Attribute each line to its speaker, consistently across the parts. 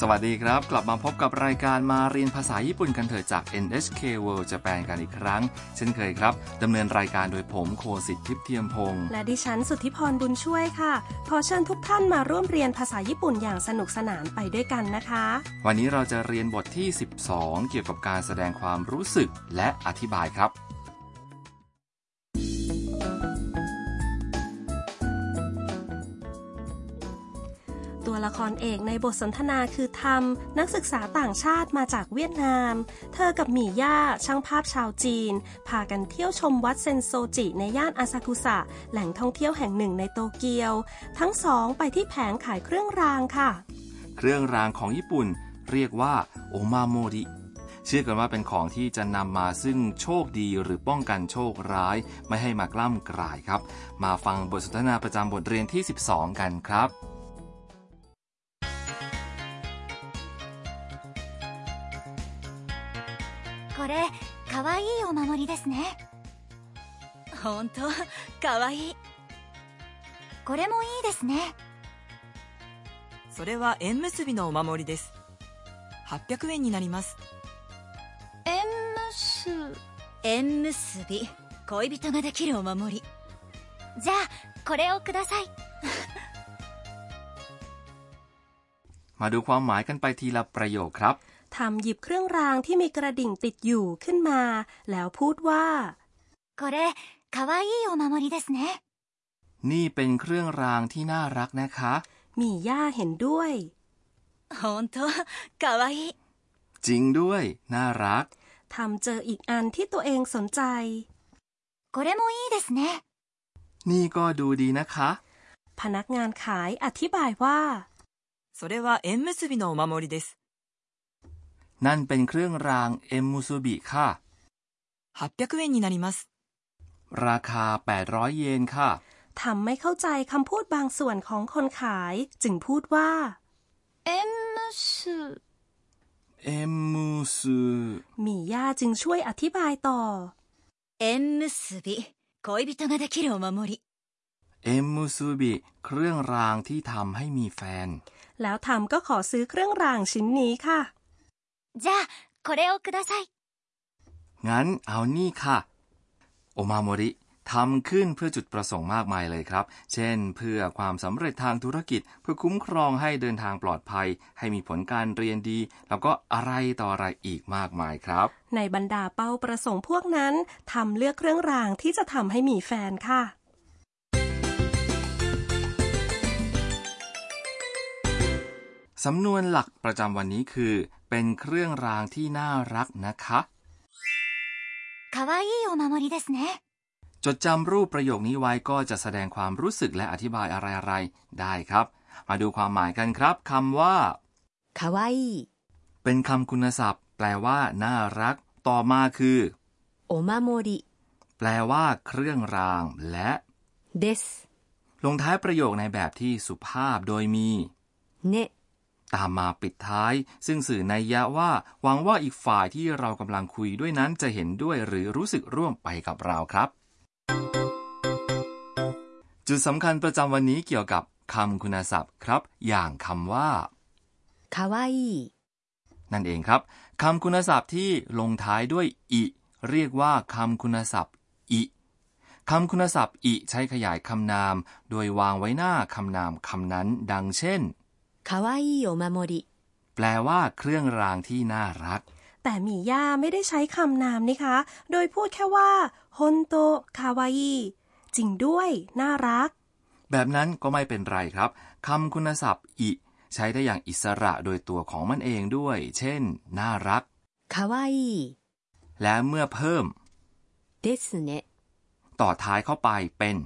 Speaker 1: สวัสดีครับ กลับมาพบกับรายการมาเรียนภาษาญี่ปุ่นกันเถอะจาก NHK World Japan กันอีกครั้ง เช่นเคยครับดำเนินรายการโดยผมโคสิทธิ์ทิพย์เทียมพงศ์
Speaker 2: และดิฉันสุทธิพรบุญช่วยค่ะ ขอเชิญทุกท่านมาร่วมเรียนภาษาญี่ปุ่นอย่างสนุกสนานไปด้วยกันนะคะ
Speaker 1: วันนี้เราจะเรียนบทที่ 12 เกี่ยวกับการแสดงความรู้สึกและอธิบายครับ
Speaker 2: ตัวละครเอกในบทสนทนาคือทำนักศึกษาต่างชาติมาจากเวียดนาม เธอกับหมี่ย่าช่างภาพชาวจีน พากันเที่ยวชมวัดเซนโซจิในย่านอาซากุสะ แหล่งท่องเที่ยวแห่งหนึ่งในโตเกียว ทั้งสองไปที่แผงขายเครื่องรางค่ะ
Speaker 1: เครื่องรางของญี่ปุ่นเรียกว่าโอมาโมริเชื่อกันว่าเป็นของที่จะนำมาซึ่งโชคดีหรือป้องกันโชคร้าย ไม่ให้มากล้ำกลายครับ มาฟังบทสนทนาประจำบทเรียนที่ 12 กันครับ
Speaker 3: これかわいいお守りですね本当かわいいこれもいいですね
Speaker 4: それは縁結びのお守りです800円になります
Speaker 3: 縁結縁結び恋人ができるお守りじゃあこれをください
Speaker 1: มาดูความหมายกันไปทีละประโยคครับ
Speaker 2: ทำหยิบเครื่องรางที่มีกระดิ่งติดอยู่ขึ้นมา แล้วพูดว่า
Speaker 3: これかわいいお守りですね
Speaker 1: นี่เป็นเครื่องรางที่น่ารักนะคะ
Speaker 2: หมี่ย่าเห็นด้วย
Speaker 3: 本当かわいい
Speaker 1: จริงด้วย น่ารัก
Speaker 2: ทำเจออีกอันที่ตัวเองสนใจ
Speaker 3: これもいいですね
Speaker 1: นี่ก็ดูดีนะคะ
Speaker 2: พนักงานขายอธิบายว่า
Speaker 4: それは縁結びのお守りです
Speaker 1: นั่นเป็นเครื่องรางเอม u ซูบิค่ะ
Speaker 4: 800円になります
Speaker 1: ราคา 800 เยนค่ะ
Speaker 2: ทำไม่เข้าใจคำพูดบางส่วนของคนขาย จึงพูดว่า
Speaker 3: 縁結
Speaker 1: เอมูซู
Speaker 2: หมี่ย่าจึงช่วยอธิบายต่อ
Speaker 3: 縁結び恋人ができるお守り
Speaker 1: เอมูซูบิ เครื่องรางที่ทำให้มีแฟน
Speaker 2: แล้วทำก็ขอซื้อเครื่องรางชิ้นนี้ค่ะ
Speaker 3: じゃあこれをください
Speaker 1: งั้นเอานี่ค่ะ โอมาโมริทำขึ้นเพื่อจุดประสงค์มากมายเลยครับ เช่น เพื่อความสำเร็จทางธุรกิจ เพื่อคุ้มครองให้เดินทางปลอดภัย ให้มีผลการเรียนดี แล้วก็อะไรต่ออะไรอีกมากมายครับ
Speaker 2: ในบรรดาเป้าประสงค์พวกนั้นทำเลือกเครื่องรางที่จะทำให้หมี่แฟนค่ะ
Speaker 1: สำนวนหลักประจำวันนี้คือ เป็นเครื่องรางที่น่ารักนะคะ
Speaker 3: かわいいお守りですね
Speaker 1: จดจำรูปประโยคนี้ไว้ก็จะแสดงความรู้สึกและอธิบายอะไรๆได้ครับ มาดูความหมายกันครับคำว่า
Speaker 3: かわいい
Speaker 1: เป็นคำคุณศัพท์ แปลว่า น่ารัก ต่อมาคือ
Speaker 3: お守り
Speaker 1: แปลว่า เครื่องราง และ
Speaker 3: です
Speaker 1: ลงท้ายประโยคในแบบที่สุภาพโดยมี
Speaker 3: ね
Speaker 1: ตามมาปิดท้าย ซึ่งสื่อในยยะว่า หวังว่าอีกฝ่ายที่เรากำลังคุยด้วยนั้นจะเห็นด้วยหรือรู้สึกร่วมไปกับเราครับ จุดสำคัญประจำวันนี้เกี่ยวกับคำคุณศัพท์ครับ อย่างคำว่า
Speaker 3: かわいい
Speaker 1: นั่นเองครับคำคุณศัพท์ที่ลงท้ายด้วยอิเรียกว่าคำคุณศัพท์อิคำคุณศัพท์อิใช้ขยายคำนาม โดยวางไว้หน้าคำนามคำนั้น ดังเช่น
Speaker 3: かわいいお守り
Speaker 1: แปลว่า เครื่องรางที่น่ารัก
Speaker 2: แต่หมี่ย่าไม่ได้ใช้คำนามนี่คะ โดยพูดแค่ว่าฮอนโตคาวาอิจริงด้วย น่ารัก
Speaker 1: แบบนั้นก็ไม่เป็นไรครับคำคุณศัพท์อิใช้ได้อย่างอิสระโดยตัวของมันเองด้วย เช่น น่ารัก
Speaker 3: かわいい
Speaker 1: และเมื่อเพิ่ม
Speaker 3: ですね
Speaker 1: ต่อท้ายเข้าไปเป็น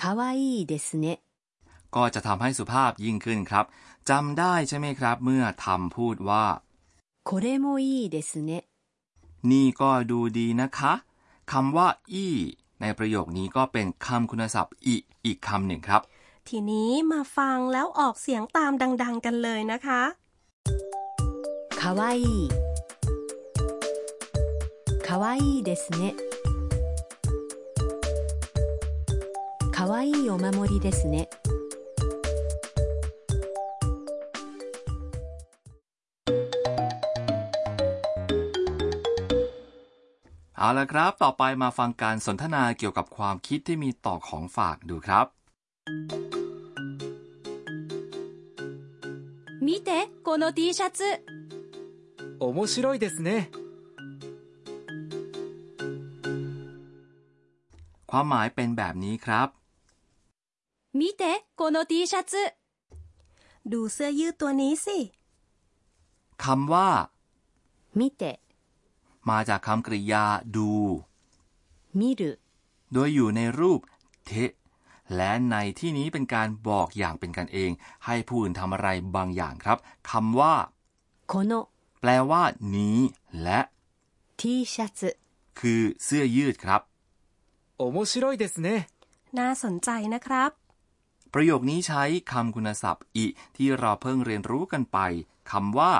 Speaker 3: かわいいですね
Speaker 1: ก็จะทำให้สุภาพยิ่งขึ้นครับจำได้ใช่ไหมครับ เมื่อทำพูดว่า
Speaker 3: これもいいですね
Speaker 1: นี่ก็ดูดีนะคะคำว่า อีในประโยคนี้ก็เป็นคำคุณศัพท์อีอีกคำหนึ่งครับ
Speaker 2: ทีนี้มาฟังแล้วออกเสียงตามดัง ๆ กันเลยนะคะ
Speaker 3: かわいいかわいいですねかわいいお守りですね
Speaker 1: เอาละครับ ต่อไปมาฟังการสนทนาเกี่ยวกับความคิดที่มีต่อของฝากดูครับ
Speaker 3: 見てこの T シャツ
Speaker 5: 面白いですね
Speaker 1: ความหมายเป็นแบบนี้ครับ
Speaker 3: 見てこの T シャツ
Speaker 2: ดูเสื้อยืดตัวนี้สิ
Speaker 1: คำว่า
Speaker 6: 見て、
Speaker 1: มาจากคำกริยาดู
Speaker 6: 見る、
Speaker 1: โดยอยู่ในรูปเทะและในที่นี้เป็นการบอกอย่างเป็นกันเอง ให้ผู้อื่นทำอะไรบางอย่างครับคำว่า
Speaker 6: この
Speaker 1: แปลว่า นี้ และ
Speaker 6: T シャツ、
Speaker 1: คือเสื้อยืดครับ
Speaker 5: 面白いですね
Speaker 2: น่าสนใจนะครับ
Speaker 1: ประโยคนี้ใช้คำคุณศัพท์ อิที่เราเพิ่งเรียนรู้กันไปคำว่า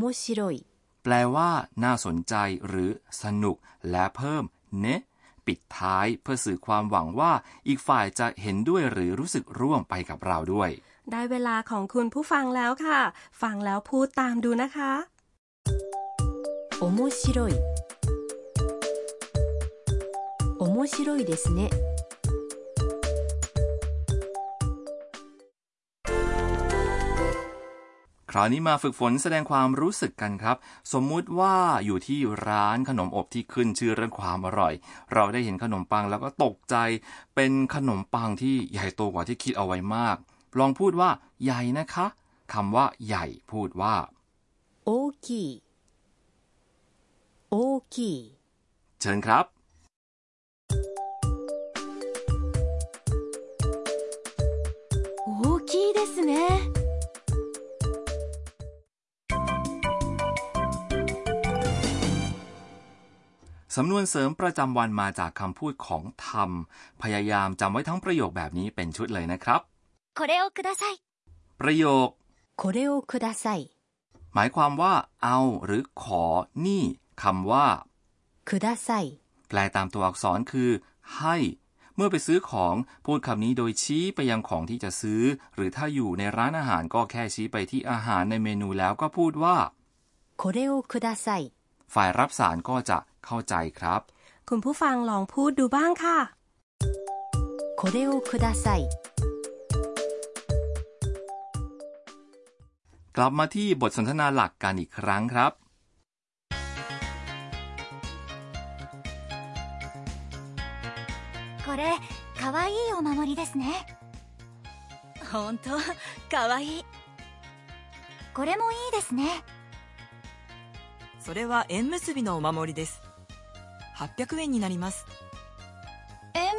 Speaker 6: 面白い、
Speaker 1: แปลว่า น่าสนใจ หรือ สนุก และเพิ่ม เนะ ปิดท้ายเพื่อสื่อความหวังว่า อีกฝ่ายจะเห็นด้วยหรือรู้สึกร่วมไปกับเราด้วย
Speaker 2: ได้เวลาของคุณผู้ฟังแล้วค่ะ ฟังแล้วพูดตามดูนะคะ
Speaker 6: 面白い。面白いですね。
Speaker 1: คราวนี้มาฝึกฝนแสดงความรู้สึกกันครับ สมมุติว่าอยู่ที่ร้านขนมอบที่ขึ้นชื่อเรื่องความอร่อย เราได้เห็นขนมปังแล้วก็ตกใจ เป็นขนมปังที่ใหญ่โตกว่าที่คิดเอาไว้มาก ลองพูดว่า ใหญ่นะคะคำว่า ใหญ่ พูดว่า
Speaker 6: 大きい、大きい、
Speaker 1: เชิญครับ
Speaker 3: 大きいですね
Speaker 1: สำนวนเสริมประจำวันมาจากคำพูดของธรรม พยายามจำไว้ทั้งประโยคแบบนี้เป็นชุดเลยนะครับ
Speaker 3: これをください
Speaker 1: ประโยค
Speaker 6: これをください、
Speaker 1: หมายความว่า เอา หรือขอ นี่คำว่า
Speaker 6: ください、
Speaker 1: แปลตามตัวอักษรคือ ให้ เมื่อไปซื้อของพูดคำนี้โดยชี้ไปยังของที่จะซื้อ หรือถ้าอยู่ในร้านอาหารก็แค่ชี้ไปที่อาหารในเมนูแล้วก็พูดว่า
Speaker 6: これをください、
Speaker 1: ฝ่ายรับสารก็จะเข้าใจครับ
Speaker 2: คุณผู้ฟังลองพูดดูบ้างค่ะ
Speaker 6: これをください、
Speaker 1: กลับมาที่บทสนทนาหลักกันอีกครั้งครับ
Speaker 3: これかわいいお守りですね本当かわいいこれもいいですね
Speaker 4: それは縁結びのお守りです800円になります
Speaker 3: 縁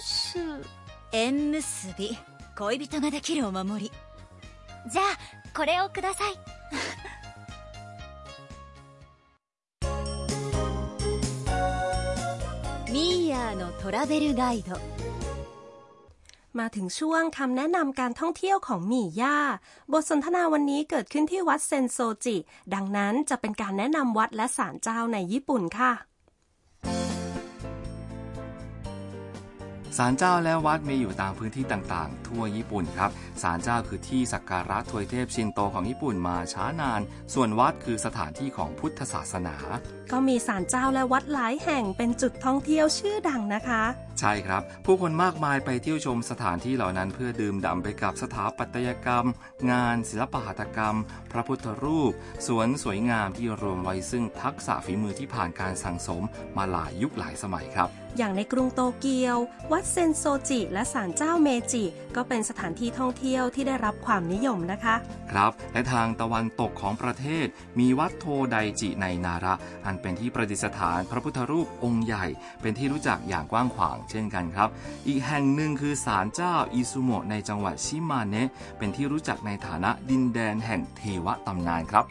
Speaker 3: 結縁結び恋人ができるお守りじゃあこれをください
Speaker 6: ミーヤーのトラベルガイド、
Speaker 2: มาถึงช่วงคำแนะนำการท่องเที่ยวของหมี่ย่า บทสนทนาวันนี้เกิดขึ้นที่วัดเซนโซจิ ดังนั้นจะเป็นการแนะนำวัดและศาลเจ้าในญี่ปุ่นค่ะ
Speaker 1: ศาลเจ้าและวัดมีอยู่ตามพื้นที่ต่างๆ ทั่วญี่ปุ่นครับศาลเจ้าคือที่สักการะทวยเทพชินโตของญี่ปุ่นมาช้านาน ส่วนวัดคือสถานที่ของพุทธศาสนา
Speaker 2: ก็มีศาลเจ้าและวัดหลายแห่งเป็นจุดท่องเที่ยวชื่อดังนะคะ
Speaker 1: ใช่ครับ ผู้คนมากมายไปเที่ยวชมสถานที่เหล่านั้นเพื่อดื่มด่ำไปกับสถาปัตยกรรม งานศิลปหัตถกรรม พระพุทธรูป สวนสวยงามที่รวมไว้ซึ่งทักษะฝีมือที่ผ่านการสั่งสมมาหลายยุคหลายสมัยครับ
Speaker 2: อย่างในกรุงโตเกียว วัดเซนโซจิและศาลเจ้าเมจิ ก็เป็นสถานที่ท่องเที่ยวที่ได้รับความนิยมนะคะ
Speaker 1: ครับ และทางตะวันตกของประเทศ มีวัดโทไดจิในนาระ อันเป็นที่ประดิษฐานพระพุทธรูปองค์ใหญ่ เป็นที่รู้จักอย่างกว้างขวางเช่นกันครับ อีกแห่งหนึ่งคือศาลเจ้าอิซุโมะในจังหวัดชิมาเนะเป็นที่รู้จักในฐานะดินแดนแห่งเทวตำนานครับ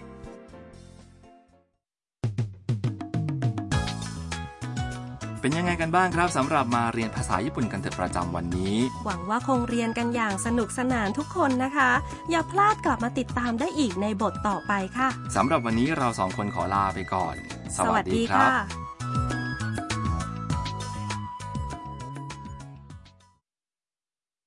Speaker 1: เป็นยังไงกันบ้างครับสำหรับมาเรียนภาษาญี่ปุ่นกันเถอะประจำวันนี้
Speaker 2: หวังว่าคงเรียนกันอย่างสนุกสนานทุกคนนะคะ อย่าพลาดกลับมาติดตามได้อีกในบทต่อไปค่ะ
Speaker 1: สำหรับวันนี้เราสองคนขอลาไปก่อน
Speaker 2: สวัสดีค่ะ